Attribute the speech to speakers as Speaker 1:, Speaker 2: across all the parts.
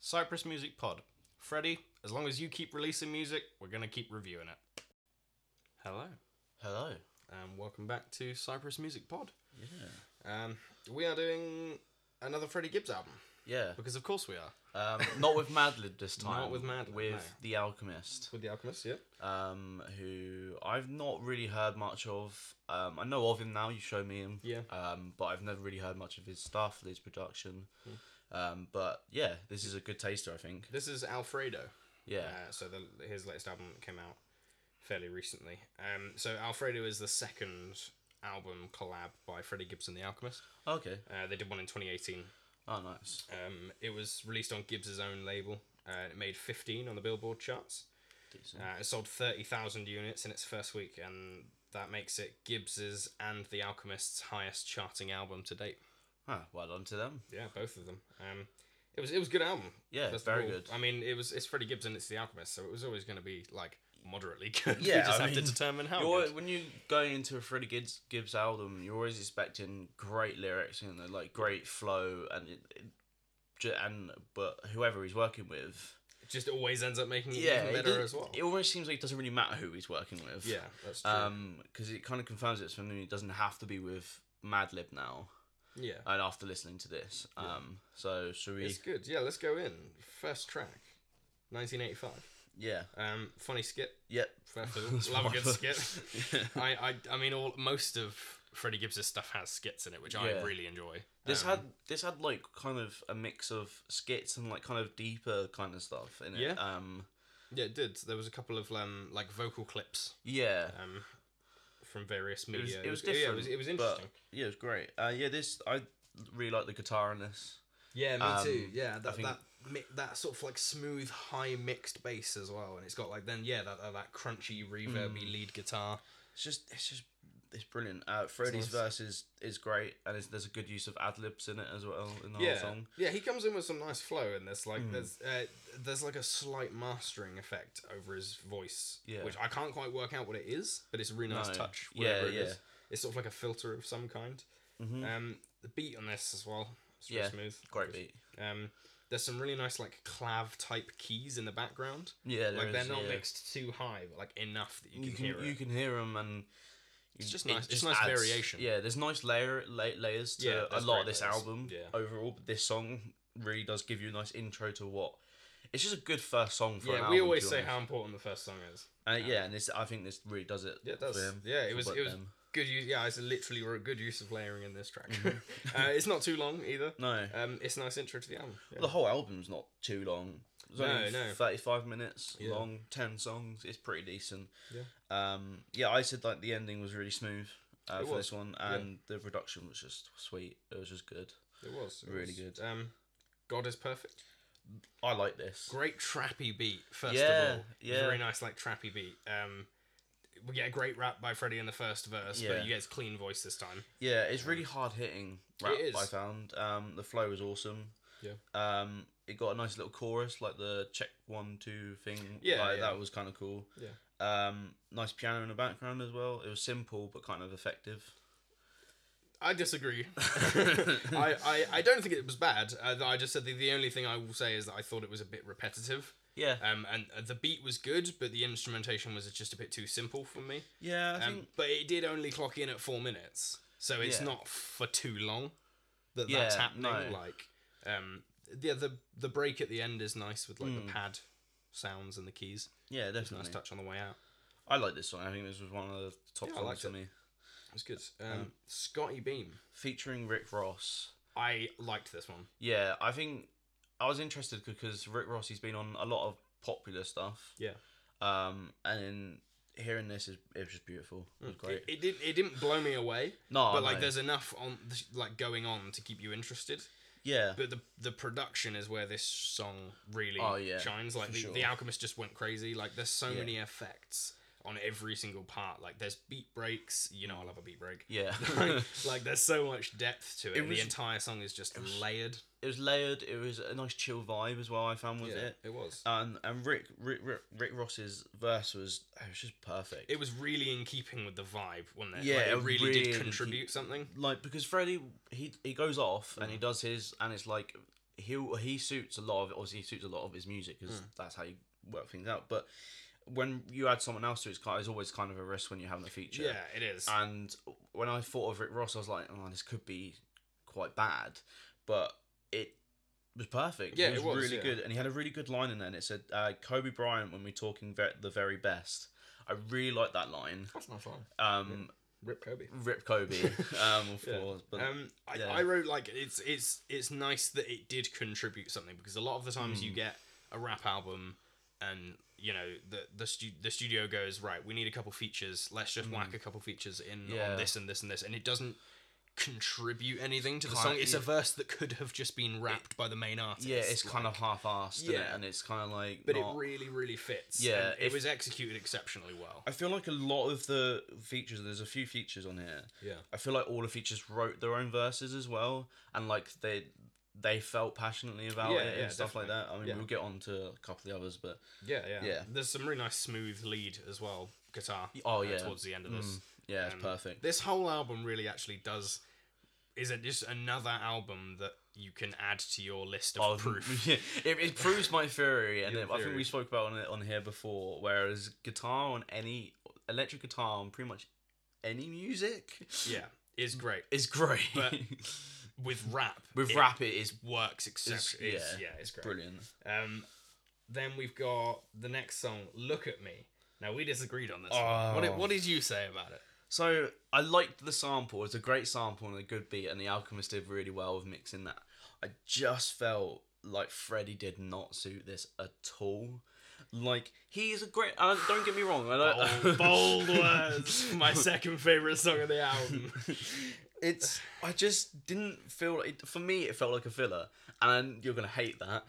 Speaker 1: Cypress Music Pod. Freddie, as long as you keep releasing music, we're going to keep reviewing it. Hello,
Speaker 2: Hello.
Speaker 1: and welcome back to Cypress Music Pod.
Speaker 2: Yeah.
Speaker 1: Um, we are doing another Freddie Gibbs album,
Speaker 2: Yeah.
Speaker 1: because of course we are.
Speaker 2: Um, not with Madlib this time.
Speaker 1: with Madlib,
Speaker 2: With
Speaker 1: no.
Speaker 2: The Alchemist,
Speaker 1: With The Alchemist, yeah?
Speaker 2: um, who I've not really heard much of. Um, I know of him now. You showed me him.
Speaker 1: Yeah.
Speaker 2: Um, but I've never really heard much of his stuff, his production.
Speaker 1: Hmm.
Speaker 2: Um, but yeah, this is a good taster, I think.
Speaker 1: This is Alfredo.
Speaker 2: Yeah.
Speaker 1: Uh, so the, his latest album came out fairly recently. Um, so Alfredo is the second album collab by Freddie Gibbs and The Alchemist.
Speaker 2: Okay.
Speaker 1: Uh, they did one in 2018.
Speaker 2: Oh, nice.
Speaker 1: Um, it was released on Gibbs' own label. Uh, it made 15 on the Billboard charts.
Speaker 2: Decent.
Speaker 1: Uh, it sold 30,000 units in its first week, and that makes it Gibbs's and The Alchemist's highest charting album to date.
Speaker 2: Huh, Ah, well done to them.
Speaker 1: Yeah, both of them. Um, it was it was a good album.
Speaker 2: Yeah,
Speaker 1: first of
Speaker 2: very
Speaker 1: all.
Speaker 2: good.
Speaker 1: I mean, it was it's Freddie Gibbs and it's The Alchemist, so it was always going to be like moderately good. we
Speaker 2: Yeah,
Speaker 1: just
Speaker 2: I
Speaker 1: have
Speaker 2: mean,
Speaker 1: to determine how.
Speaker 2: You're,
Speaker 1: good.
Speaker 2: when you go into a Freddie Gibbs, Gibbs album, you're always expecting great lyrics and like great flow and it, it, ju- and but whoever he's working with,
Speaker 1: It just always ends up making it
Speaker 2: yeah,
Speaker 1: even
Speaker 2: it,
Speaker 1: better as
Speaker 2: does-
Speaker 1: well.
Speaker 2: it almost seems like it doesn't really matter who he's working with.
Speaker 1: yeah, that's true.
Speaker 2: um, because it kind of confirms it's something he doesn't have to be with Madlib now.
Speaker 1: yeah,
Speaker 2: And after listening to this, um, so should we?
Speaker 1: it's good. Yeah, let's go in first track, 1985.
Speaker 2: Yeah,
Speaker 1: Um, funny skit.
Speaker 2: yep.
Speaker 1: First of all, Love a good skit.
Speaker 2: Yeah.
Speaker 1: I, I I mean, all most of Freddie Gibbs' stuff has skits in it, which I
Speaker 2: Yeah.
Speaker 1: really enjoy.
Speaker 2: This
Speaker 1: Um,
Speaker 2: had this had like kind of a mix of skits and like kind of deeper kind of stuff in it.
Speaker 1: Yeah.
Speaker 2: Um.
Speaker 1: yeah, it did. There was a couple of um like vocal clips
Speaker 2: Yeah.
Speaker 1: um, from various
Speaker 2: It was,
Speaker 1: media.
Speaker 2: it was
Speaker 1: yeah,
Speaker 2: different.
Speaker 1: it was, it was
Speaker 2: but-
Speaker 1: interesting.
Speaker 2: yeah, it was great. Uh, yeah, this I really like the guitar in this.
Speaker 1: yeah, me
Speaker 2: um,
Speaker 1: too. Yeah, that
Speaker 2: think-
Speaker 1: that mi- that sort of like smooth, high mixed bass as well, and it's got like then yeah that uh, that crunchy reverby lead guitar.
Speaker 2: It's just it's just it's brilliant. Uh, Freddie's
Speaker 1: nice.
Speaker 2: verse is, is great, and it's, there's a good use of ad libs in it as well in the
Speaker 1: Yeah,
Speaker 2: whole song. Hmm.
Speaker 1: yeah, he comes in with some nice flow, and there's like there's uh, there's like a slight mastering effect over his voice,
Speaker 2: Yeah.
Speaker 1: which I can't quite work out what it is, but it's a really nice
Speaker 2: No.
Speaker 1: touch.
Speaker 2: Yeah,
Speaker 1: Whatever it
Speaker 2: yeah. Hmm.
Speaker 1: is. it's sort of like a filter of some kind. Um, the beat on this as well, it's really
Speaker 2: Yeah,
Speaker 1: smooth,
Speaker 2: Mm-hmm. Great
Speaker 1: Good.
Speaker 2: beat.
Speaker 1: Um, there's some really nice like clav type keys in the background.
Speaker 2: Yeah, there
Speaker 1: like they're
Speaker 2: is,
Speaker 1: not
Speaker 2: yeah.
Speaker 1: mixed too high, but like enough that you can,
Speaker 2: You can
Speaker 1: hear
Speaker 2: you
Speaker 1: it.
Speaker 2: can hear them and. It's
Speaker 1: just nice- it's nice variation.
Speaker 2: Yeah, there's nice layer la- layers to
Speaker 1: Yeah,
Speaker 2: a
Speaker 1: there's
Speaker 2: lot of
Speaker 1: great
Speaker 2: this
Speaker 1: layers.
Speaker 2: album
Speaker 1: Yeah.
Speaker 2: overall. But this song really does give you a nice intro to what. It's just a good first song for an
Speaker 1: yeah,
Speaker 2: album.
Speaker 1: we
Speaker 2: to
Speaker 1: always
Speaker 2: be
Speaker 1: say
Speaker 2: honest.
Speaker 1: how important the first song is.
Speaker 2: Uh, yeah, and this I think this really does it.
Speaker 1: Yeah, it does.
Speaker 2: For him,
Speaker 1: Yeah, it
Speaker 2: for
Speaker 1: was
Speaker 2: both
Speaker 1: it was
Speaker 2: them.
Speaker 1: good use. Yeah, it's literally a good use of layering in this track.
Speaker 2: Mm-hmm.
Speaker 1: uh, it's not too long either.
Speaker 2: No,
Speaker 1: Um, it's a nice intro to the album. Yeah.
Speaker 2: the whole album's not too long. It's
Speaker 1: No,
Speaker 2: only
Speaker 1: no.
Speaker 2: thirty-five minutes
Speaker 1: Yeah.
Speaker 2: long, ten songs. It's pretty decent.
Speaker 1: Yeah.
Speaker 2: Um. Yeah, I said like the ending was really smooth uh,
Speaker 1: It
Speaker 2: for
Speaker 1: was,
Speaker 2: this one,
Speaker 1: yeah.
Speaker 2: and the production was just sweet. It was just good.
Speaker 1: It was it
Speaker 2: Really
Speaker 1: was.
Speaker 2: good.
Speaker 1: Um, God is perfect.
Speaker 2: I like this.
Speaker 1: Great trappy beat. First
Speaker 2: Yeah,
Speaker 1: of all,
Speaker 2: yeah.
Speaker 1: very nice like trappy beat. Um, we get a great rap by Freddie in the first verse,
Speaker 2: Yeah.
Speaker 1: but you get his clean voice this time.
Speaker 2: Yeah, it's really hard hitting rap.
Speaker 1: is.
Speaker 2: I found um, the flow was awesome.
Speaker 1: Yeah.
Speaker 2: Um, it got a nice little chorus, like the check one two thing.
Speaker 1: Yeah,
Speaker 2: like,
Speaker 1: yeah.
Speaker 2: that was kind of cool.
Speaker 1: Yeah.
Speaker 2: Um, nice piano in the background as well. It was simple but kind of effective.
Speaker 1: I disagree. I, I, I don't think it was bad. Uh, I just said the, the only thing I will say is that I thought it was a bit repetitive.
Speaker 2: Yeah.
Speaker 1: Um, and uh, the beat was good, but the instrumentation was just a bit too simple for me.
Speaker 2: yeah. I
Speaker 1: Um,
Speaker 2: think.
Speaker 1: but it did only clock in at four minutes, so it's
Speaker 2: Yeah.
Speaker 1: not for too long that that's
Speaker 2: Yeah,
Speaker 1: happening.
Speaker 2: no.
Speaker 1: Like, um, yeah, the the break at the end is nice with like the pad sounds and the keys.
Speaker 2: Yeah, Hmm. definitely.
Speaker 1: Nice touch on the way out.
Speaker 2: I like this song. I think this was one of the top
Speaker 1: Yeah, I liked
Speaker 2: songs for
Speaker 1: it.
Speaker 2: me.
Speaker 1: It was good. Um, Scotty Beam.
Speaker 2: Featuring Rick Ross.
Speaker 1: I liked this one.
Speaker 2: Yeah, I think I was interested because Rick Ross he's been on a lot of popular stuff.
Speaker 1: Yeah.
Speaker 2: Um, and then hearing this is it was just beautiful. It was great.
Speaker 1: Mm. It, it did. It didn't blow me away.
Speaker 2: No,
Speaker 1: but like
Speaker 2: no.
Speaker 1: there's enough on like going on to keep you interested
Speaker 2: yeah,
Speaker 1: but the the production is where this song really
Speaker 2: Oh, yeah,
Speaker 1: shines like
Speaker 2: for
Speaker 1: the,
Speaker 2: sure.
Speaker 1: the alchemist just went crazy like there's so
Speaker 2: Yeah.
Speaker 1: many effects on every single part like there's beat breaks you know i love a beat break
Speaker 2: yeah.
Speaker 1: like, like, there's so much depth to it,
Speaker 2: It
Speaker 1: and
Speaker 2: was-
Speaker 1: the entire song is just layered
Speaker 2: it was layered. It was a nice chill vibe as well. I found with it.
Speaker 1: it was
Speaker 2: And and Rick, Rick Rick Rick Ross's verse was it was just perfect.
Speaker 1: it was really in keeping with the vibe wasn't it
Speaker 2: Yeah,
Speaker 1: Like,
Speaker 2: it
Speaker 1: it really,
Speaker 2: really
Speaker 1: did
Speaker 2: keep-
Speaker 1: contribute something Mm.
Speaker 2: like because Freddie he he goes off and he does his and it's like he he suits a lot of obviously he suits a lot of his music because
Speaker 1: Mm.
Speaker 2: that's how you work things out. But when you add someone else to it, it's kind- it's always kind of a risk when you have having a feature.
Speaker 1: Yeah, it is.
Speaker 2: And when I thought of Rick Ross, I was like, oh, this could be quite bad, but it was perfect.
Speaker 1: Yeah,
Speaker 2: it was,
Speaker 1: it was,
Speaker 2: really
Speaker 1: yeah.
Speaker 2: good, and he had a really good line in there. And it said, uh, "Kobe Bryant, when we're talking ve- the very best." I really like that line.
Speaker 1: That's my fun.
Speaker 2: Um,
Speaker 1: Rip Kobe.
Speaker 2: Rip Kobe, um, of
Speaker 1: Yeah.
Speaker 2: course, but
Speaker 1: Um, I,
Speaker 2: yeah.
Speaker 1: I wrote like it's it's it's nice that it did contribute something because a lot of the times
Speaker 2: Hmm.
Speaker 1: you get a rap album and you know the the, stu- the studio goes right we need a couple features let's just whack a couple features in
Speaker 2: Hmm. Yeah.
Speaker 1: on this and this and this and it doesn't contribute anything to the
Speaker 2: Can't-
Speaker 1: song it's a
Speaker 2: yeah.
Speaker 1: verse that could have just been rapped by the main artist
Speaker 2: yeah, it's kind
Speaker 1: like,
Speaker 2: of half-assed, yeah,
Speaker 1: Yeah.
Speaker 2: and it's kind of like,
Speaker 1: but
Speaker 2: not-
Speaker 1: it really really fits
Speaker 2: Yeah,
Speaker 1: and it
Speaker 2: if-
Speaker 1: was executed exceptionally well
Speaker 2: I feel like a lot of the features. There's a few features on here.
Speaker 1: yeah
Speaker 2: I feel like all the features wrote their own verses as well, and like they they felt passionately about
Speaker 1: Yeah,
Speaker 2: it and
Speaker 1: yeah,
Speaker 2: stuff like that. I mean,
Speaker 1: Yeah.
Speaker 2: we'll get on to a couple of the others, but
Speaker 1: yeah yeah
Speaker 2: Yeah.
Speaker 1: there's some really nice smooth lead as well guitar
Speaker 2: Oh,
Speaker 1: uh,
Speaker 2: yeah.
Speaker 1: towards the end of this
Speaker 2: mm, yeah, it's
Speaker 1: Um,
Speaker 2: perfect.
Speaker 1: This whole album really actually does is it just another album that you can add to your list of
Speaker 2: Oh,
Speaker 1: proof.
Speaker 2: yeah, it, it proves my theory, and
Speaker 1: Your
Speaker 2: it- I think
Speaker 1: theory.
Speaker 2: we spoke about on it on here before. Whereas guitar on any electric guitar on pretty much any music
Speaker 1: yeah, is great.
Speaker 2: is great.
Speaker 1: But With rap,
Speaker 2: With
Speaker 1: it
Speaker 2: rap, it is
Speaker 1: works exceptionally. Yeah,
Speaker 2: yeah,
Speaker 1: yeah, it's great.
Speaker 2: brilliant.
Speaker 1: Um, then we've got the next song, "Look at Me." Now we disagreed on this.
Speaker 2: Oh.
Speaker 1: one. What did, what did you say about it?
Speaker 2: So I liked the sample. It's a great sample and a good beat, and the Alchemist did really well with mixing that. I just felt like Freddie did not suit this at all. Like he is a great. Uh, don't get me wrong. I
Speaker 1: Bold,
Speaker 2: don't,
Speaker 1: bold words. My second favorite song of the album.
Speaker 2: It's. I just didn't feel. It, for me, it felt like a filler, and you're gonna hate that.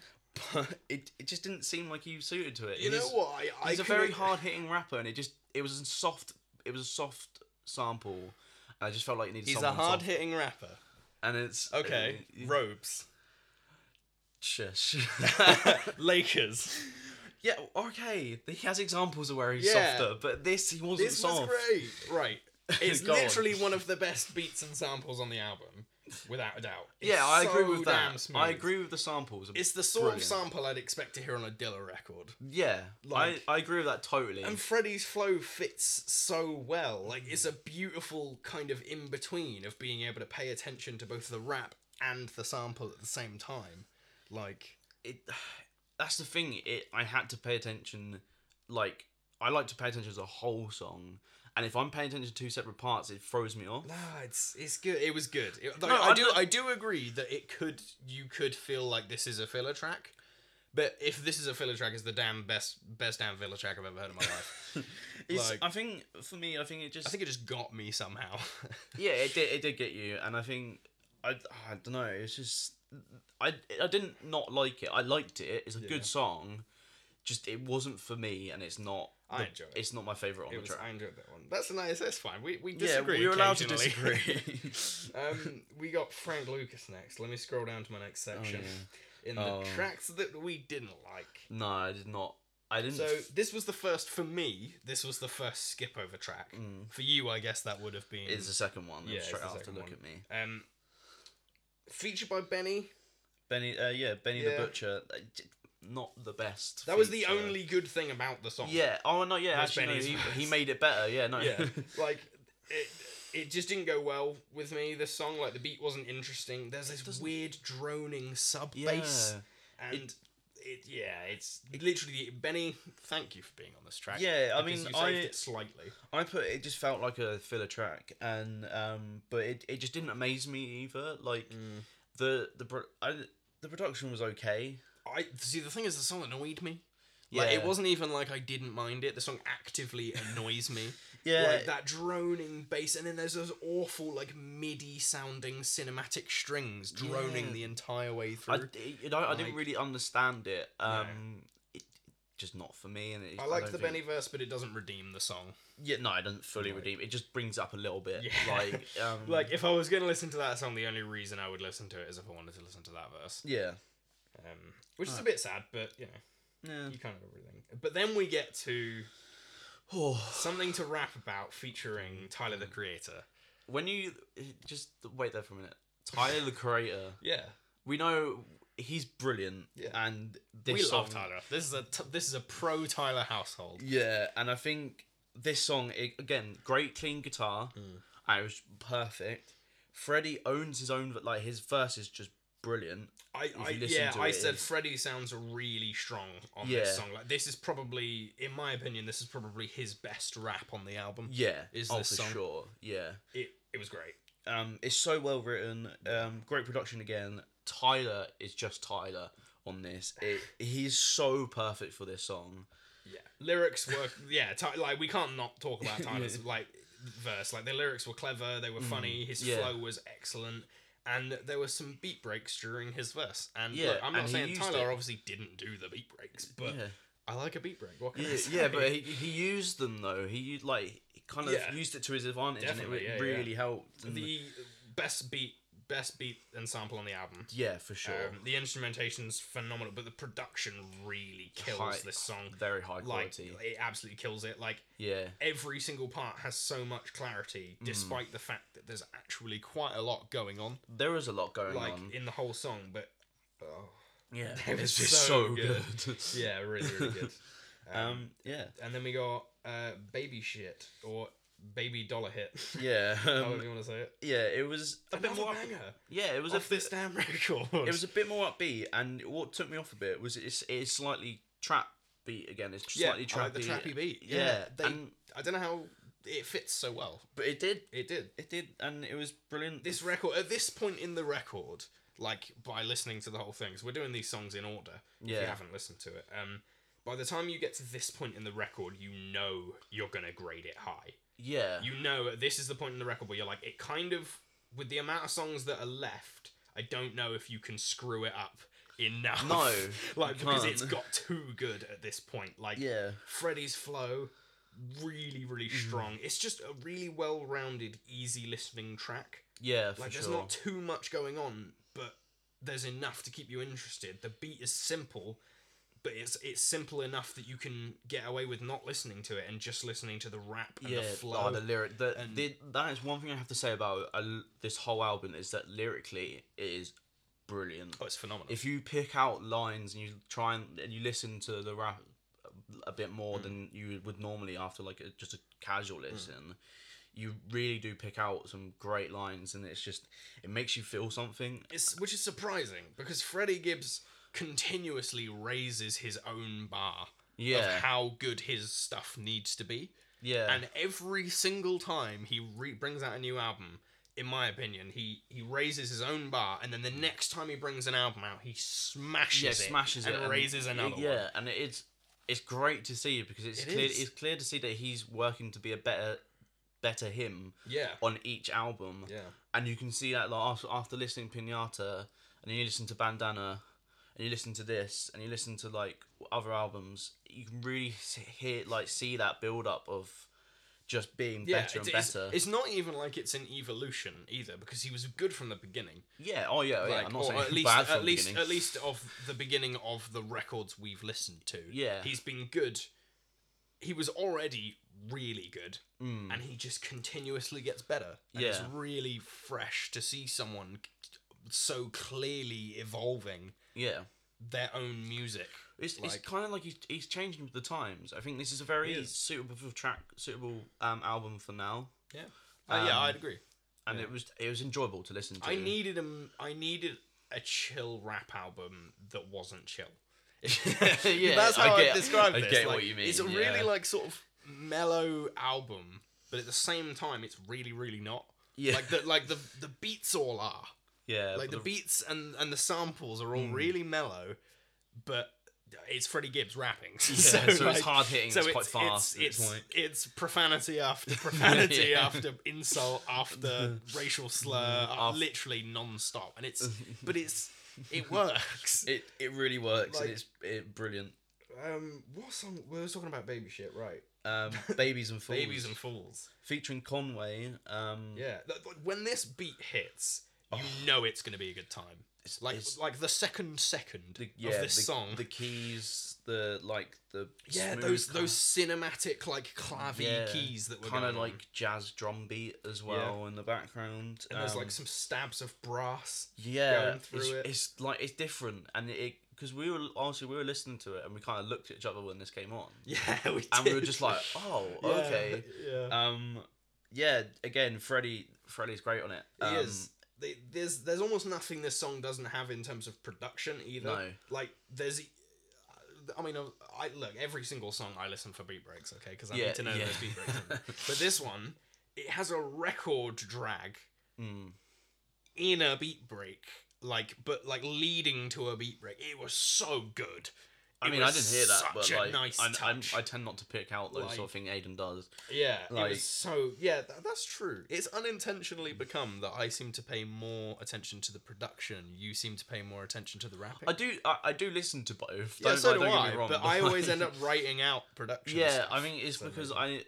Speaker 2: But it, it just didn't seem like you suited to it.
Speaker 1: You know
Speaker 2: He's-
Speaker 1: what? I, I
Speaker 2: he's a
Speaker 1: couldn't-
Speaker 2: very hard hitting rapper, and it just it was a soft it was a soft sample. And I just felt like it needed.
Speaker 1: He's a
Speaker 2: someone
Speaker 1: hard
Speaker 2: soft,
Speaker 1: hitting rapper.
Speaker 2: and it's
Speaker 1: Okay,
Speaker 2: uh,
Speaker 1: robes,
Speaker 2: shush.
Speaker 1: Lakers.
Speaker 2: yeah, okay. He has examples of where he's
Speaker 1: Yeah.
Speaker 2: softer, but this he wasn't
Speaker 1: This was
Speaker 2: soft.
Speaker 1: great. Right. It's
Speaker 2: Go on.
Speaker 1: literally one of the best beats and samples on the album, without a doubt. It's
Speaker 2: Yeah, I agree
Speaker 1: so
Speaker 2: with that.
Speaker 1: damn smooth.
Speaker 2: I agree with the samples.
Speaker 1: It's the sort
Speaker 2: Brilliant. Mm.
Speaker 1: of sample I'd expect to hear on a Dilla record.
Speaker 2: yeah,
Speaker 1: like-
Speaker 2: I, I agree with that totally.
Speaker 1: And Freddie's flow fits so well. Like it's a beautiful kind of in between of being able to pay attention to both the rap and the sample at the same time. Like
Speaker 2: it that's the thing it i had to pay attention like i like to pay attention to the whole song and if i'm paying attention to two separate parts it throws me off
Speaker 1: Nah, it's it's good. It was good. It- like,
Speaker 2: No,
Speaker 1: I
Speaker 2: I'm
Speaker 1: do
Speaker 2: not-
Speaker 1: I do agree that it could you could feel like this is a filler track, but if this is a filler track, it's the damn best best damn filler track I've ever heard in my life.
Speaker 2: It's-
Speaker 1: Like-
Speaker 2: i think for me i think it just
Speaker 1: I think it just got me somehow.
Speaker 2: yeah it did, it did get you and i think i, I don't know it's just I, I didn't not like it i liked it it's a
Speaker 1: Yeah.
Speaker 2: good song just it wasn't for me and it's not
Speaker 1: I
Speaker 2: the-
Speaker 1: enjoy it.
Speaker 2: it's not my favorite on
Speaker 1: It
Speaker 2: the
Speaker 1: was-
Speaker 2: track
Speaker 1: I enjoyed that one. That's nice. That's fine. We we
Speaker 2: yeah
Speaker 1: disagree.
Speaker 2: we're allowed to
Speaker 1: occasionally.
Speaker 2: disagree
Speaker 1: um, we got Frank Lucas next. Let me scroll down to my next section. In the
Speaker 2: Oh.
Speaker 1: tracks that we didn't like.
Speaker 2: no i did not i didn't
Speaker 1: So this was the first for me. This was the first skip over track. For you, I guess that would have been
Speaker 2: It's the second one.
Speaker 1: Yeah, Mm.
Speaker 2: Yeah,
Speaker 1: it's
Speaker 2: straight
Speaker 1: the
Speaker 2: after
Speaker 1: second
Speaker 2: Look
Speaker 1: one.
Speaker 2: at Me.
Speaker 1: Um, featured by Benny.
Speaker 2: Benny, uh, yeah, Benny
Speaker 1: Yeah.
Speaker 2: the Butcher. uh, j- Not the best.
Speaker 1: That was the
Speaker 2: feature.
Speaker 1: only good thing about the song.
Speaker 2: Yeah. Oh no. Yeah.
Speaker 1: Was
Speaker 2: Actually, no,
Speaker 1: Benny's
Speaker 2: he,
Speaker 1: verse.
Speaker 2: he made it better. Yeah. No.
Speaker 1: yeah. like it, it just didn't go well with me. This song, like the beat wasn't interesting. There's this
Speaker 2: doesn't-
Speaker 1: weird droning sub
Speaker 2: Yeah.
Speaker 1: bass, and it, yeah, it's literally Benny. Thank you for being on this track.
Speaker 2: Yeah, I
Speaker 1: because
Speaker 2: mean,
Speaker 1: you saved
Speaker 2: I-
Speaker 1: it slightly.
Speaker 2: I put it just felt like a filler track, and um, but it, it just didn't amaze me either. Like
Speaker 1: Mm.
Speaker 2: the the pro- I, the production was okay.
Speaker 1: I see. The thing is, the song annoyed me. Like it
Speaker 2: Yeah.
Speaker 1: wasn't even like I didn't mind it. The song actively annoys me.
Speaker 2: Yeah.
Speaker 1: like that droning bass, and then there's those awful like MIDI sounding cinematic strings droning
Speaker 2: Yeah.
Speaker 1: the entire way through.
Speaker 2: I,
Speaker 1: I,
Speaker 2: d- you know, I didn't
Speaker 1: Like-
Speaker 2: really understand it. Um, it just not for me. And it,
Speaker 1: liked
Speaker 2: don't
Speaker 1: the
Speaker 2: think-
Speaker 1: Benny verse, but it doesn't redeem the song.
Speaker 2: Yeah, no, it doesn't fully
Speaker 1: Like-
Speaker 2: redeem. It just brings it up a little bit.
Speaker 1: Yeah.
Speaker 2: Like, um,
Speaker 1: Like if I was gonna listen to that song, the only reason I would listen to it is if I wanted to listen to that verse,
Speaker 2: yeah,
Speaker 1: um, which is a bit sad, but you know
Speaker 2: yeah.
Speaker 1: you kind of everything. But then we get to
Speaker 2: Oh,
Speaker 1: something to rap about featuring Tyler the Creator.
Speaker 2: when you just wait there for a minute, Tyler the Creator.
Speaker 1: Yeah,
Speaker 2: We know he's brilliant.
Speaker 1: Yeah.
Speaker 2: And this
Speaker 1: we
Speaker 2: song,
Speaker 1: love Tyler. This is a t- this is a pro Tyler household.
Speaker 2: Yeah, and I think this song i again, great clean guitar.
Speaker 1: Mm.
Speaker 2: I was perfect. Freddie owns his own, like his verse is just brilliant.
Speaker 1: I, I
Speaker 2: you listen
Speaker 1: yeah,
Speaker 2: to
Speaker 1: I
Speaker 2: it,
Speaker 1: said
Speaker 2: it's-
Speaker 1: Freddie sounds really strong on
Speaker 2: Yeah.
Speaker 1: this song. Like this is probably, in my opinion, this is probably his best rap on the album.
Speaker 2: Yeah,
Speaker 1: Is
Speaker 2: oh
Speaker 1: this
Speaker 2: for
Speaker 1: song-
Speaker 2: sure. Yeah,
Speaker 1: It it was great.
Speaker 2: um, it's so well written. Um, great production again. Tyler is just Tyler on this. It, he's so perfect for this song.
Speaker 1: Yeah, lyrics were yeah. Ty, like we can't not talk about Tyler's like verse. Like the lyrics were clever. They were funny. His
Speaker 2: Mm, yeah.
Speaker 1: flow was excellent. And there were some beat breaks during his verse. And
Speaker 2: Yeah,
Speaker 1: look, I'm not
Speaker 2: and he
Speaker 1: saying
Speaker 2: used
Speaker 1: Tyler
Speaker 2: it.
Speaker 1: obviously didn't do the beat breaks, but
Speaker 2: yeah.
Speaker 1: I like a beat break. What can I
Speaker 2: Yeah,
Speaker 1: say?
Speaker 2: yeah, but he, he used them though. He u- like he kind of
Speaker 1: Yeah.
Speaker 2: used it to his advantage,
Speaker 1: Definitely, yeah,
Speaker 2: and
Speaker 1: yeah.
Speaker 2: it re- really helped. And
Speaker 1: the best beat, best beat and sample on the album.
Speaker 2: yeah, for sure.
Speaker 1: Um, the instrumentation's phenomenal, but the production really kills
Speaker 2: High-
Speaker 1: this song.
Speaker 2: Very high
Speaker 1: Like
Speaker 2: quality.
Speaker 1: it absolutely kills it. Like
Speaker 2: yeah,
Speaker 1: every single part has so much clarity,
Speaker 2: Mm.
Speaker 1: despite the fact that there's actually quite a lot going on,
Speaker 2: there is a lot going
Speaker 1: like
Speaker 2: on.
Speaker 1: in the whole song. But oh,
Speaker 2: Yeah,
Speaker 1: it was
Speaker 2: it's just
Speaker 1: so
Speaker 2: so good.
Speaker 1: yeah, really, really good. Um,
Speaker 2: Um. Yeah.
Speaker 1: and then we got uh, "Baby Shit" or "Baby Dollar Hit."
Speaker 2: Yeah. Um,
Speaker 1: however you want to say it.
Speaker 2: yeah. It was a bit
Speaker 1: Another
Speaker 2: more.
Speaker 1: banger.
Speaker 2: Yeah. It was a
Speaker 1: Off this damn record.
Speaker 2: It was a bit more upbeat, and what took me off a bit was it's it's slightly trap beat again. It's
Speaker 1: yeah,
Speaker 2: slightly
Speaker 1: I like the
Speaker 2: trappy.
Speaker 1: trappy beat.
Speaker 2: Yeah,
Speaker 1: they,
Speaker 2: and-
Speaker 1: I don't know how it fits so well.
Speaker 2: but it did.
Speaker 1: It did.
Speaker 2: It did, and it was brilliant.
Speaker 1: This record, at this point in the record, like by listening to the whole thing, 'cause we're doing these songs in order. If
Speaker 2: Yeah.
Speaker 1: you haven't listened to it, um, by the time you get to this point in the record, you know you're gonna grade it high.
Speaker 2: yeah.
Speaker 1: You know this is the point in the record where you're like, it kind of, with the amount of songs that are left, I don't know if you can screw it up enough.
Speaker 2: No,
Speaker 1: like
Speaker 2: you
Speaker 1: because
Speaker 2: can't.
Speaker 1: it's got too good at this point. Like
Speaker 2: yeah. Mm.
Speaker 1: Freddie's flow really really strong. It's just a really well-rounded, easy listening track.
Speaker 2: Yeah. For
Speaker 1: Like
Speaker 2: sure.
Speaker 1: there's not too much going on, but there's enough to keep you interested. The beat is simple, but it's it's simple enough that you can get away with not listening to it and just listening to the rap and
Speaker 2: yeah,
Speaker 1: the flow.
Speaker 2: oh, the lyric. The,
Speaker 1: and-
Speaker 2: the, that is one thing I have to say about uh, l- this whole album is that lyrically it is brilliant.
Speaker 1: oh, it's phenomenal.
Speaker 2: If you pick out lines and you try and, and you listen to the rap a bit
Speaker 1: Mm.
Speaker 2: more than you would normally after like a, just a casual listen, you really do pick out some great lines, and it's just it makes you feel something.
Speaker 1: it's which is surprising because Freddie Gibbs continuously raises his own bar of
Speaker 2: Yeah,
Speaker 1: how good his stuff needs to be.
Speaker 2: yeah,
Speaker 1: and every single time he re- brings out a new album in my opinion he he raises his own bar and then the next time he brings an album out he smashes
Speaker 2: yeah,
Speaker 1: it
Speaker 2: smashes it,
Speaker 1: and raises another
Speaker 2: yeah,
Speaker 1: one
Speaker 2: and it's it's great to see because it's
Speaker 1: It
Speaker 2: clear
Speaker 1: is.
Speaker 2: it's clear to see that he's working to be a better better him
Speaker 1: yeah
Speaker 2: on each album.
Speaker 1: yeah
Speaker 2: And you can see that like, after, after listening Pinata, and then you listen to Bandana, and you listen to this, and you listen to like other albums, you can really s- hear like see that build up of just being
Speaker 1: yeah,
Speaker 2: better
Speaker 1: it's,
Speaker 2: and
Speaker 1: it's-
Speaker 2: better.
Speaker 1: It's, not even like it's an evolution either, because he was good from the beginning.
Speaker 2: yeah. Oh yeah. yeah.
Speaker 1: Like,
Speaker 2: I'm not
Speaker 1: or
Speaker 2: saying
Speaker 1: at least,
Speaker 2: bad from
Speaker 1: at
Speaker 2: the
Speaker 1: least,
Speaker 2: beginning.
Speaker 1: at least of the beginning of the records we've listened to.
Speaker 2: Yeah.
Speaker 1: he's been good. He was already really good,
Speaker 2: Mm.
Speaker 1: and he just continuously gets better. And It's
Speaker 2: Yeah.
Speaker 1: really fresh to see someone c- so clearly evolving
Speaker 2: yeah.
Speaker 1: their own music.
Speaker 2: It's,
Speaker 1: Like-
Speaker 2: it's kind of like he's, he's changing with the times. I think this is a very
Speaker 1: He is.
Speaker 2: suitable for track, suitable um, album for now,
Speaker 1: Yeah. Uh, yeah,
Speaker 2: Um,
Speaker 1: I'd agree.
Speaker 2: and
Speaker 1: Yeah.
Speaker 2: it was it was enjoyable to listen to.
Speaker 1: I needed him. I needed a chill rap album that wasn't chill.
Speaker 2: Yeah,
Speaker 1: that's how
Speaker 2: I
Speaker 1: I,
Speaker 2: get-
Speaker 1: describe
Speaker 2: I
Speaker 1: this.
Speaker 2: get what
Speaker 1: Like,
Speaker 2: you mean,
Speaker 1: It's a
Speaker 2: yeah.
Speaker 1: really like sort of mellow album, but at the same time, it's really really not.
Speaker 2: Yeah.
Speaker 1: Like the like the the beats all are
Speaker 2: yeah,
Speaker 1: like the
Speaker 2: but
Speaker 1: beats and and the samples are all
Speaker 2: Hmm.
Speaker 1: really mellow, but it's Freddie Gibbs rapping.
Speaker 2: so it's hard-hitting, it's quite fast at
Speaker 1: It's
Speaker 2: this
Speaker 1: it's,
Speaker 2: point.
Speaker 1: it's profanity after profanity
Speaker 2: Yeah. Mm,
Speaker 1: after insult after racial slur, uh,
Speaker 2: Af-
Speaker 1: literally non-stop. And it's but it's it works.
Speaker 2: it it really works.
Speaker 1: like-
Speaker 2: and it's it, brilliant.
Speaker 1: um, what song we were talking about? Baby shit, right?
Speaker 2: um, Babies and Fools.
Speaker 1: Babies and fools.
Speaker 2: featuring Conway. Um,
Speaker 1: Yeah. Th- th- When this beat hits, you know Oh. it's going to be a good time.
Speaker 2: It's,
Speaker 1: Like
Speaker 2: it's
Speaker 1: like the second second
Speaker 2: the,
Speaker 1: of
Speaker 2: yeah,
Speaker 1: this
Speaker 2: the,
Speaker 1: song.
Speaker 2: the keys, the like the
Speaker 1: yeah,
Speaker 2: smooth
Speaker 1: those
Speaker 2: kind
Speaker 1: those cinematic like clavy
Speaker 2: Yeah,
Speaker 1: keys that were
Speaker 2: kind of
Speaker 1: going on.
Speaker 2: like jazz drum beat as well in the background.
Speaker 1: and there's
Speaker 2: um,
Speaker 1: like some stabs of brass.
Speaker 2: yeah,
Speaker 1: going through
Speaker 2: it's,
Speaker 1: it.
Speaker 2: it's like it's different, and it because we were honestly we were listening to it, and we kind of looked at each other when this came on,
Speaker 1: Yeah, we did.
Speaker 2: and we were just like, oh,
Speaker 1: Yeah,
Speaker 2: okay,
Speaker 1: Yeah.
Speaker 2: um, yeah. Again, Freddie Freddie's great on it. Um,
Speaker 1: He is. They, there's there's almost nothing this song doesn't have in terms of production either.
Speaker 2: No.
Speaker 1: Like there's, I mean, I look every single song I listen for beat breaks, okay, because I
Speaker 2: Yeah,
Speaker 1: need to know
Speaker 2: yeah.
Speaker 1: those beat breaks. in them. but this one, it has a record drag
Speaker 2: Mm,
Speaker 1: in a beat break, like but like leading to a beat break. It was so good.
Speaker 2: I
Speaker 1: It
Speaker 2: mean, I
Speaker 1: was
Speaker 2: didn't hear that, but
Speaker 1: such a
Speaker 2: like,
Speaker 1: nice
Speaker 2: I, I'm-
Speaker 1: touch.
Speaker 2: I tend not to pick out those
Speaker 1: Like-
Speaker 2: sort of thing Aiden does.
Speaker 1: Yeah, it
Speaker 2: Like-
Speaker 1: was so yeah. That, that's true. It's unintentionally become that I seem to pay more attention to the production. You seem to pay more attention to the rapping.
Speaker 2: I do, I, I do listen to both.
Speaker 1: yeah,
Speaker 2: don't,
Speaker 1: so
Speaker 2: like,
Speaker 1: do
Speaker 2: don't
Speaker 1: I.
Speaker 2: get me wrong,
Speaker 1: but I always
Speaker 2: like-
Speaker 1: end up writing out production.
Speaker 2: Yeah,
Speaker 1: stuff.
Speaker 2: I mean, it's
Speaker 1: So
Speaker 2: because
Speaker 1: maybe-
Speaker 2: I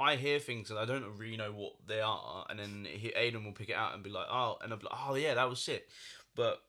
Speaker 2: I hear things and I don't really know what they are, and then he, Aiden will pick it out and be like, oh, and I'll be like, oh yeah, that was sick. But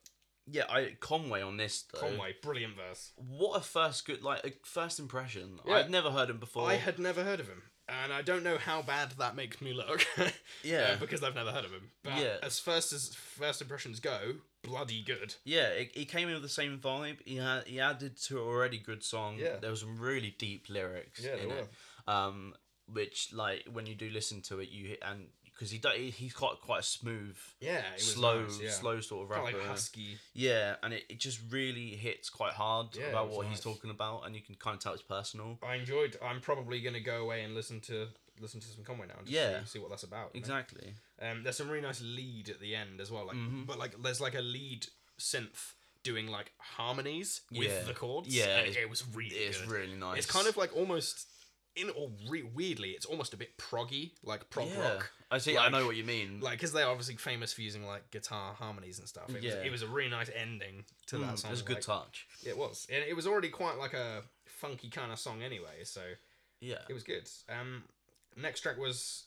Speaker 2: yeah, I Conway on this though.
Speaker 1: Conway, Oh brilliant verse.
Speaker 2: what a first good like a first impression.
Speaker 1: Yeah.
Speaker 2: I'd never heard him before.
Speaker 1: I had never heard of him, and I don't know how bad that makes me look.
Speaker 2: Yeah.
Speaker 1: uh, because I've never heard of him. But
Speaker 2: Yeah.
Speaker 1: as first as first impressions go, bloody good.
Speaker 2: yeah, he- he came in with the same vibe. He had, he added to an already good song.
Speaker 1: Yeah.
Speaker 2: there was some really deep lyrics.
Speaker 1: Yeah, there
Speaker 2: in it. Um, which like when you do listen to it, you and because he do- he's got quite a smooth,
Speaker 1: Yeah, it was
Speaker 2: slow,
Speaker 1: nice, yeah.
Speaker 2: slow sort of
Speaker 1: Kinda
Speaker 2: rapper.
Speaker 1: like husky.
Speaker 2: Yeah, and it, it just really hits quite hard
Speaker 1: Yeah, it
Speaker 2: about
Speaker 1: was
Speaker 2: what
Speaker 1: nice.
Speaker 2: he's talking about, and you can kind of tell it's personal.
Speaker 1: I enjoyed. I'm probably gonna go away and listen to listen to some Conway now. And just
Speaker 2: Yeah.
Speaker 1: see, see what that's about. you know?
Speaker 2: Exactly.
Speaker 1: Um, there's some really nice lead at the end as well. Like,
Speaker 2: Mhm.
Speaker 1: but like there's like a lead synth doing like harmonies with
Speaker 2: Yeah.
Speaker 1: the chords.
Speaker 2: Yeah,
Speaker 1: and
Speaker 2: it's-
Speaker 1: it was really
Speaker 2: It's
Speaker 1: good.
Speaker 2: really nice.
Speaker 1: It's kind of like almost in or re- weirdly, it's almost a bit proggy, like prog
Speaker 2: yeah.
Speaker 1: rock.
Speaker 2: I see. I
Speaker 1: Like-
Speaker 2: know what you mean.
Speaker 1: Like, because they're obviously famous for using like guitar harmonies and stuff. It,
Speaker 2: Yeah.
Speaker 1: was, it was a really nice ending to
Speaker 2: Mm,
Speaker 1: that song.
Speaker 2: it's a good
Speaker 1: like-
Speaker 2: touch.
Speaker 1: It was, and it was already quite like a funky kind of song anyway. So
Speaker 2: Yeah.
Speaker 1: it was good. Um, next track was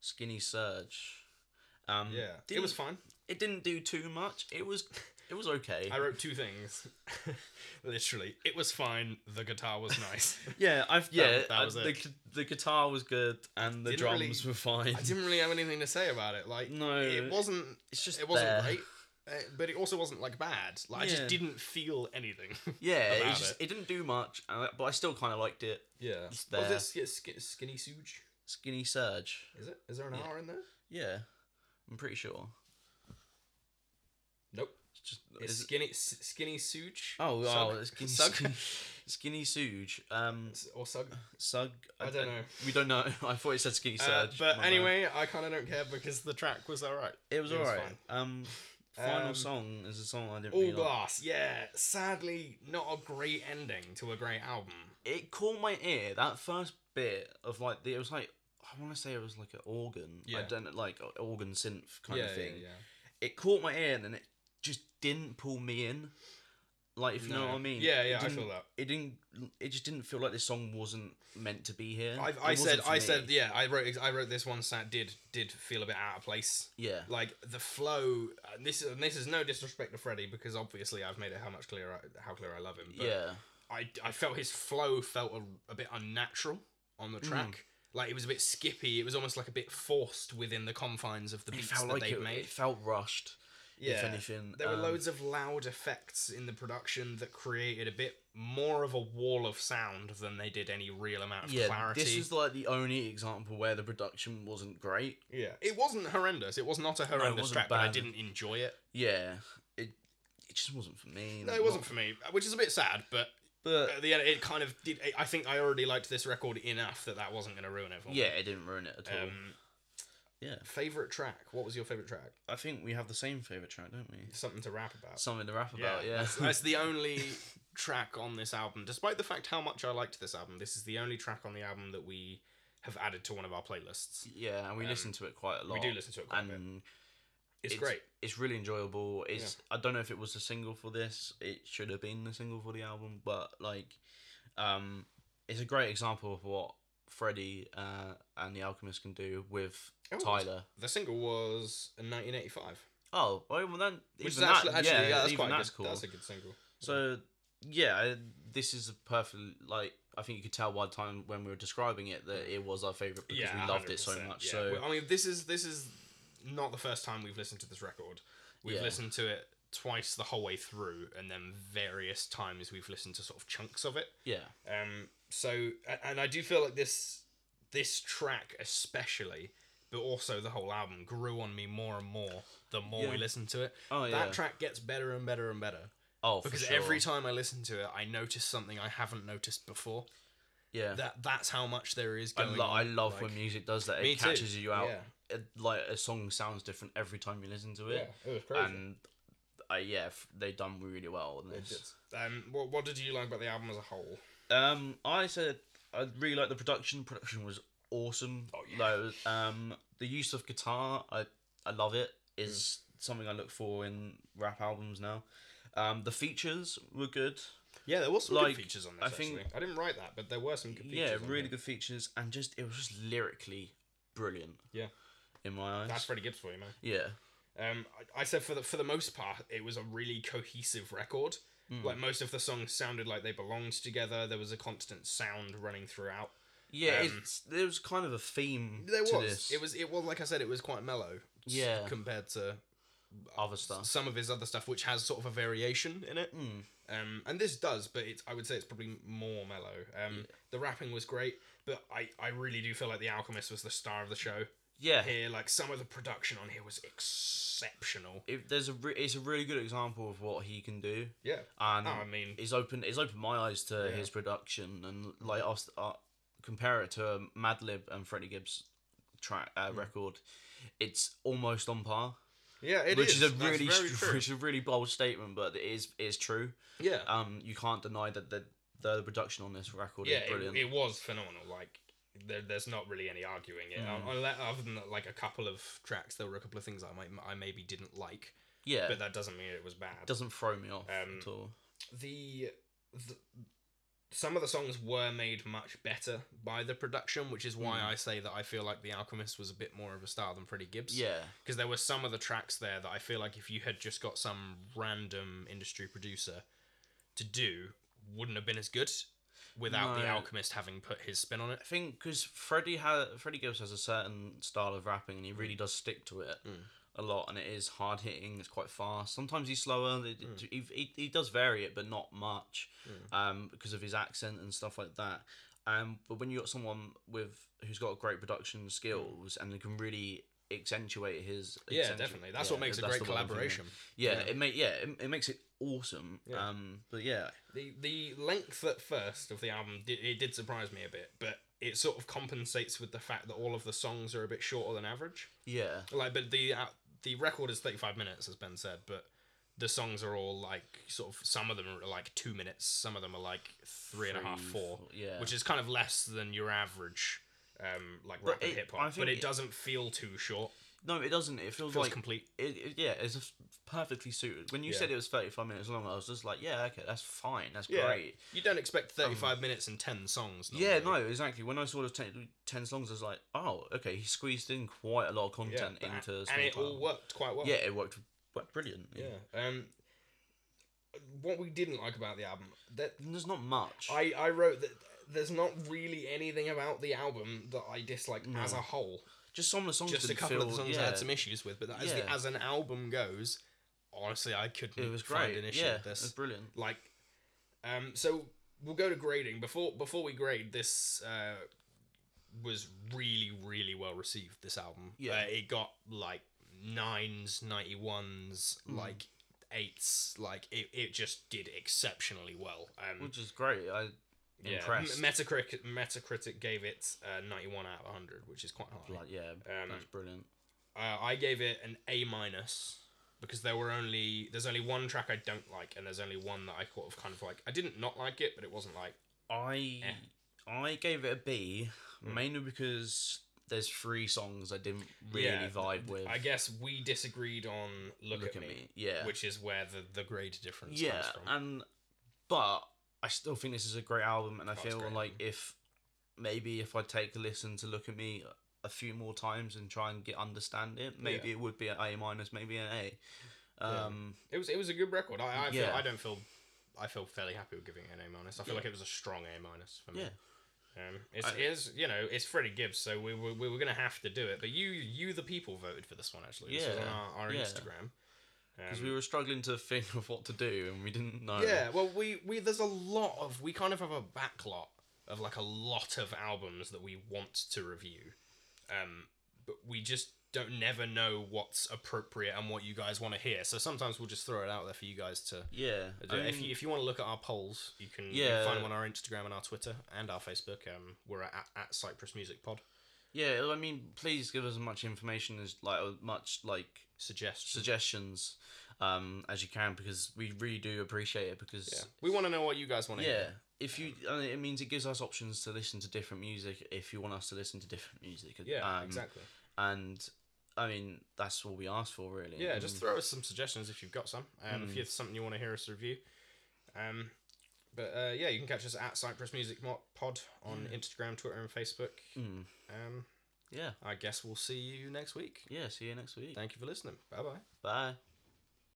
Speaker 2: Skinny Surge. Um,
Speaker 1: yeah, it
Speaker 2: didn't-
Speaker 1: was fine.
Speaker 2: It didn't do too much. It was. It was okay.
Speaker 1: I wrote two things. Literally, it was fine. The guitar was nice.
Speaker 2: yeah, I've yeah.
Speaker 1: that
Speaker 2: I-
Speaker 1: was
Speaker 2: the
Speaker 1: it.
Speaker 2: gu- the guitar was good and the
Speaker 1: Didn't
Speaker 2: drums
Speaker 1: really-
Speaker 2: were fine.
Speaker 1: I didn't really have anything to say about it. Like,
Speaker 2: No,
Speaker 1: it wasn't.
Speaker 2: It's just
Speaker 1: It wasn't
Speaker 2: there.
Speaker 1: great, uh, but it also wasn't like bad. Like, I
Speaker 2: Yeah.
Speaker 1: just didn't feel anything.
Speaker 2: Yeah, it
Speaker 1: about
Speaker 2: was just it didn't do much, and I- but I still kind of liked it.
Speaker 1: yeah,
Speaker 2: It's
Speaker 1: was
Speaker 2: there.
Speaker 1: it sk- sk- skinny suge?
Speaker 2: Skinny Surge.
Speaker 1: Is it? Is there an
Speaker 2: Yeah.
Speaker 1: R in there?
Speaker 2: Yeah, I'm pretty sure.
Speaker 1: Nope.
Speaker 2: It's just
Speaker 1: It's
Speaker 2: is it-
Speaker 1: skinny s- skinny suge.
Speaker 2: oh wow,
Speaker 1: Sug?
Speaker 2: it's skinny,
Speaker 1: Sug?
Speaker 2: skinny, skinny Suge. Um,
Speaker 1: S- or sug.
Speaker 2: Sug.
Speaker 1: I don't know.
Speaker 2: We don't know. I thought it said Skinny
Speaker 1: Uh,
Speaker 2: Surge.
Speaker 1: but
Speaker 2: my bad.
Speaker 1: anyway, I kind of don't care because the track was alright.
Speaker 2: it was
Speaker 1: it was
Speaker 2: alright.
Speaker 1: fine.
Speaker 2: Um, final
Speaker 1: Um,
Speaker 2: song is a song I didn't
Speaker 1: All
Speaker 2: really like.
Speaker 1: glass, yeah. Sadly, not a great ending to a great album.
Speaker 2: It caught my ear that first bit of like the, it was like I want to say it was like an organ. I
Speaker 1: Yeah.
Speaker 2: don't know, like a- organ synth kind
Speaker 1: yeah,
Speaker 2: of thing.
Speaker 1: Yeah,
Speaker 2: It caught my ear and then it just didn't pull me in. Like if you know
Speaker 1: No.
Speaker 2: what I mean.
Speaker 1: Yeah,
Speaker 2: It
Speaker 1: yeah, I
Speaker 2: didn't-
Speaker 1: feel that.
Speaker 2: it didn't it just didn't feel like this song wasn't meant to be here
Speaker 1: I,
Speaker 2: It
Speaker 1: I said,
Speaker 2: wasn't for
Speaker 1: I
Speaker 2: me.
Speaker 1: said, yeah. I wrote, ex- I wrote this one. Sat did did feel a bit out of place.
Speaker 2: yeah
Speaker 1: Like the flow. And this is, and this is no disrespect to Freddie because obviously I've made it how much clearer, how clear I love him. But
Speaker 2: yeah
Speaker 1: I, I felt his flow felt a, a bit unnatural on the
Speaker 2: Hmm.
Speaker 1: track. Like it was a bit skippy. It was almost like a bit forced within the confines of the
Speaker 2: it
Speaker 1: beats
Speaker 2: felt
Speaker 1: that
Speaker 2: like
Speaker 1: they
Speaker 2: it,
Speaker 1: would made.
Speaker 2: it felt rushed
Speaker 1: yeah.
Speaker 2: if anything
Speaker 1: There were
Speaker 2: um,
Speaker 1: loads of loud effects in the production that created a bit more of a wall of sound than they did any real amount of
Speaker 2: yeah
Speaker 1: clarity.
Speaker 2: this is like the only example where the production wasn't great
Speaker 1: Yeah, it wasn't horrendous. It was not a horrendous
Speaker 2: wasn't
Speaker 1: track, but I
Speaker 2: bad.
Speaker 1: didn't enjoy it.
Speaker 2: yeah it it just wasn't for me
Speaker 1: No, it wasn't for me, which is a bit sad. But
Speaker 2: but
Speaker 1: at the end, it kind of did. I think I already liked this record enough that that wasn't going to ruin it for me.
Speaker 2: yeah it didn't ruin it at all
Speaker 1: Um,
Speaker 2: Yeah.
Speaker 1: Favorite track? What was your favorite track?
Speaker 2: i think we have the same favorite track don't we
Speaker 1: Something to rap about.
Speaker 2: something to rap about yeah,
Speaker 1: That's, that's the only track on this album. Despite the fact how much I liked this album, this is the only track on the album that we have added to one of our playlists.
Speaker 2: yeah and we
Speaker 1: Um,
Speaker 2: listen to it quite a lot
Speaker 1: We do listen to it quite a bit.
Speaker 2: and
Speaker 1: It's, great.
Speaker 2: It's really enjoyable. It's I don't know if it was the single for this. It should have been the single for the album, but like, um, it's a great example of what Freddie uh, and the Alchemist can do with
Speaker 1: Oh,
Speaker 2: Tyler.
Speaker 1: The single was in 1985.
Speaker 2: Oh, well well then,
Speaker 1: Which is
Speaker 2: even
Speaker 1: actually,
Speaker 2: that,
Speaker 1: actually yeah,
Speaker 2: yeah,
Speaker 1: that's
Speaker 2: even
Speaker 1: quite
Speaker 2: that's
Speaker 1: good.
Speaker 2: cool.
Speaker 1: That's a good single.
Speaker 2: So yeah, I- this is a perfect like I think you could tell by the time when we were describing it that it was our favorite because we loved it so
Speaker 1: 100%,
Speaker 2: much.
Speaker 1: yeah.
Speaker 2: So
Speaker 1: Well, I mean, this is this is not the first time we've listened to this record. We've
Speaker 2: Yeah.
Speaker 1: listened to it twice the whole way through, and then various times we've listened to sort of chunks of it.
Speaker 2: yeah,
Speaker 1: Um, so, a- and I do feel like this this track especially, but also the whole album grew on me more and more the more we
Speaker 2: Yeah.
Speaker 1: listened to it.
Speaker 2: oh yeah,
Speaker 1: That track gets better and better and better
Speaker 2: oh for
Speaker 1: because
Speaker 2: sure.
Speaker 1: every time I listen to it, I notice something I haven't noticed before.
Speaker 2: yeah.
Speaker 1: That that's how much there is
Speaker 2: I,
Speaker 1: going.
Speaker 2: lo-
Speaker 1: on.
Speaker 2: I love
Speaker 1: like-
Speaker 2: when music does that.
Speaker 1: Me
Speaker 2: It
Speaker 1: too,
Speaker 2: catches you out.
Speaker 1: yeah.
Speaker 2: It, like a song sounds different every time you listen to
Speaker 1: Yeah,
Speaker 2: it,
Speaker 1: it was crazy.
Speaker 2: and I, yeah, f- they done really well on
Speaker 1: It
Speaker 2: this.
Speaker 1: did. Um, what, what did you like about the album as a whole?
Speaker 2: Um, I said I really like the production. Production was awesome.
Speaker 1: Oh, yeah.
Speaker 2: Like, it was- um, the use of guitar, I I love it. Is
Speaker 1: Mm.
Speaker 2: something I look for in rap albums now. Um, the features were good.
Speaker 1: Yeah, there was
Speaker 2: some good Like,
Speaker 1: features on
Speaker 2: I this, think-
Speaker 1: I didn't write that, but there were some good features.
Speaker 2: yeah, really good features, and just it was just lyrically brilliant.
Speaker 1: Yeah.
Speaker 2: in my eyes.
Speaker 1: That's Freddie Gibbs for you, man.
Speaker 2: yeah,
Speaker 1: Um, I, I said for the for the most part, it was a really cohesive record.
Speaker 2: Hmm.
Speaker 1: Like most of the songs sounded like they belonged together. There was a constant sound running throughout.
Speaker 2: yeah.
Speaker 1: Um,
Speaker 2: it's there was kind of a theme.
Speaker 1: There
Speaker 2: to
Speaker 1: was.
Speaker 2: this
Speaker 1: It was. It was like I said. It was quite mellow. s-
Speaker 2: Yeah.
Speaker 1: Compared to
Speaker 2: other stuff.
Speaker 1: some of his other stuff, which has sort of a variation in it.
Speaker 2: Mm.
Speaker 1: Um, and this does, but it's I would say it's probably more mellow. Um, The rapping was great, but I, I really do feel like The Alchemist was the star of the show
Speaker 2: Yeah,
Speaker 1: here. Like some of the production on here was exceptional.
Speaker 2: it, there's a re- it's a really good example of what he can do.
Speaker 1: Yeah.
Speaker 2: And
Speaker 1: Oh, I mean,
Speaker 2: it's open it's opened my eyes to
Speaker 1: Yeah.
Speaker 2: his production and like us uh, compare it to Madlib and Freddie Gibbs track uh,
Speaker 1: Hmm.
Speaker 2: record it's almost on par
Speaker 1: yeah, it is.
Speaker 2: which is, a
Speaker 1: That's
Speaker 2: really
Speaker 1: very
Speaker 2: str-
Speaker 1: true.
Speaker 2: which is a really bold statement but it is is true
Speaker 1: Yeah.
Speaker 2: um you can't deny that the the production on this record
Speaker 1: yeah,
Speaker 2: is
Speaker 1: it,
Speaker 2: brilliant
Speaker 1: it was phenomenal. Like there, there's not really any arguing it.
Speaker 2: Mm.
Speaker 1: Unless, other than like a couple of tracks, there were a couple of things I might I maybe didn't like,
Speaker 2: yeah
Speaker 1: but that doesn't mean it was bad.
Speaker 2: it doesn't throw me off
Speaker 1: Um,
Speaker 2: at all
Speaker 1: the, the some of the songs were made much better by the production, which is why
Speaker 2: Mm.
Speaker 1: I say that I feel like The Alchemist was a bit more of a star than Freddie Gibbs.
Speaker 2: yeah
Speaker 1: Because there were some of the tracks there that I feel like if you had just got some random industry producer to do, wouldn't have been as good without The
Speaker 2: No.
Speaker 1: Alchemist having put his spin on it.
Speaker 2: I think because Freddie ha- Freddie Gibbs has a certain style of rapping, and he really does stick to it
Speaker 1: Mm.
Speaker 2: a lot. And it is hard hitting. It's quite fast. Sometimes he's slower. It-
Speaker 1: Mm.
Speaker 2: it- He, he, he does vary it, but not much, um, because of his accent and stuff like that. Um, but when you got someone with who's got great production skills and can really accentuate his
Speaker 1: Yeah,
Speaker 2: accentu-
Speaker 1: definitely. That's
Speaker 2: yeah,
Speaker 1: what makes a
Speaker 2: that's
Speaker 1: great
Speaker 2: the word I'm thinking of.
Speaker 1: collaboration.
Speaker 2: Yeah,
Speaker 1: Yeah.
Speaker 2: it make yeah it, it makes it awesome.
Speaker 1: Yeah.
Speaker 2: Um, but yeah,
Speaker 1: The the length at first of the album did, it did surprise me a bit, but it sort of compensates with the fact that all of the songs are a bit shorter than average.
Speaker 2: yeah,
Speaker 1: Like, but the uh, the record is thirty five minutes, as Ben said, but the songs are all like sort of some of them are like two minutes, some of them are like three and a half,
Speaker 2: Three,
Speaker 1: four,
Speaker 2: four- yeah.
Speaker 1: which is kind of less than your average. Um, like
Speaker 2: But
Speaker 1: rap and
Speaker 2: it-
Speaker 1: hip
Speaker 2: I
Speaker 1: hop,
Speaker 2: think
Speaker 1: but it
Speaker 2: it-
Speaker 1: doesn't feel too short.
Speaker 2: no, it doesn't. It feels,
Speaker 1: It feels
Speaker 2: like
Speaker 1: complete.
Speaker 2: it, it yeah, it's just perfectly suited. When you
Speaker 1: Yeah.
Speaker 2: said it was thirty five minutes long, I was just like, yeah, okay, that's fine, that's great.
Speaker 1: you don't expect thirty-five minutes and ten songs.
Speaker 2: um, Yeah,
Speaker 1: normally.
Speaker 2: no, exactly. When I saw the ten, 10 songs, I was like, oh, okay, he squeezed in quite a lot of
Speaker 1: yeah,
Speaker 2: content
Speaker 1: but-
Speaker 2: into
Speaker 1: and it
Speaker 2: small
Speaker 1: all
Speaker 2: time.
Speaker 1: worked quite well.
Speaker 2: Yeah, it worked, worked brilliant.
Speaker 1: Yeah. Um, what we didn't like about the album that
Speaker 2: And there's not much.
Speaker 1: I I wrote that there's not really anything about the album that I dislike as a whole.
Speaker 2: just some of the songs
Speaker 1: Just a
Speaker 2: didn't
Speaker 1: couple
Speaker 2: feel,
Speaker 1: of songs
Speaker 2: yeah,
Speaker 1: I had some issues with, but that, as, the,
Speaker 2: Yeah.
Speaker 1: as an album goes, honestly, I couldn't
Speaker 2: It was
Speaker 1: find
Speaker 2: great.
Speaker 1: an issue
Speaker 2: yeah,
Speaker 1: with
Speaker 2: it was
Speaker 1: this.
Speaker 2: brilliant.
Speaker 1: Like, um, so we'll go to grading before before we grade this. Uh, was really really well received this album.
Speaker 2: Yeah.
Speaker 1: Uh, it got like nines, ninety ones,
Speaker 2: Hmm.
Speaker 1: like eights. Like it, it just did exceptionally well. Um,
Speaker 2: Which is great. I
Speaker 1: yeah.
Speaker 2: impressed.
Speaker 1: M- Metacritic Metacritic gave it uh, ninety one out of hundred, which is quite high.
Speaker 2: like, yeah, that's brilliant.
Speaker 1: Uh, I gave it an A minus because there were only there's only one track I don't like, and there's only one that I sort of kind of like. I didn't not like it, but it wasn't like
Speaker 2: I
Speaker 1: Eh.
Speaker 2: I gave it a B
Speaker 1: Mm.
Speaker 2: mainly because there's three songs I didn't really
Speaker 1: Yeah,
Speaker 2: vibe with.
Speaker 1: I guess we disagreed on look, at, me,
Speaker 2: yeah,
Speaker 1: which is where the the grade difference
Speaker 2: yeah,
Speaker 1: comes from.
Speaker 2: and but I still think this is a great album, and
Speaker 1: Oh,
Speaker 2: I
Speaker 1: it's
Speaker 2: feel
Speaker 1: great
Speaker 2: like if maybe if I take a listen to look at me, a few more times and try and get understand it, maybe
Speaker 1: Yeah.
Speaker 2: it would be an A minus, maybe an A.
Speaker 1: Yeah.
Speaker 2: Um,
Speaker 1: It was it was a good record. I I, feel,
Speaker 2: Yeah.
Speaker 1: I don't feel I feel fairly happy with giving it an A minus. I feel
Speaker 2: Yeah.
Speaker 1: like it was a strong A minus for me.
Speaker 2: Yeah.
Speaker 1: Um, it's,
Speaker 2: I-
Speaker 1: it's you know it's Freddie Gibbs, so we were, we were gonna have to do it. But you you the people voted for this one actually. This was on
Speaker 2: Yeah.
Speaker 1: our, our
Speaker 2: Yeah.
Speaker 1: Instagram.
Speaker 2: because
Speaker 1: Um,
Speaker 2: we were struggling to think of what to do and we didn't know.
Speaker 1: yeah, well we we there's a lot of we kind of have a backlot of like a lot of albums that we want to review, um, but we just don't never know what's appropriate and what you guys want to hear. So sometimes we'll just throw it out there for you guys to
Speaker 2: yeah.
Speaker 1: I
Speaker 2: I
Speaker 1: do. if
Speaker 2: mean-
Speaker 1: you if you want to look at our polls, you can, you
Speaker 2: Yeah.
Speaker 1: can find them on our Instagram and our Twitter and our Facebook. Um, we're at, at Cypress Music Pod.
Speaker 2: yeah, I mean, please give us as much information as like as much like
Speaker 1: Suggest.
Speaker 2: suggestions um, as you can because we really do appreciate it because
Speaker 1: yeah. We want to know what you guys want to
Speaker 2: Yeah.
Speaker 1: hear.
Speaker 2: If you, and it means it gives us options to listen to different music. If you want us to listen to different music,
Speaker 1: Yeah,
Speaker 2: um,
Speaker 1: exactly.
Speaker 2: And I mean, that's all we ask for, really.
Speaker 1: Yeah, just
Speaker 2: Mm.
Speaker 1: throw us some suggestions if you've got some. Um, if you have something you want to hear us review. Um, but uh, yeah, you can catch us at Cypress Music Mo- Pod on Instagram, Twitter, and Facebook.
Speaker 2: Mm.
Speaker 1: Um,
Speaker 2: yeah,
Speaker 1: I guess we'll see you next week.
Speaker 2: yeah. See you next week.
Speaker 1: Thank you for listening. Bye bye.
Speaker 2: Bye.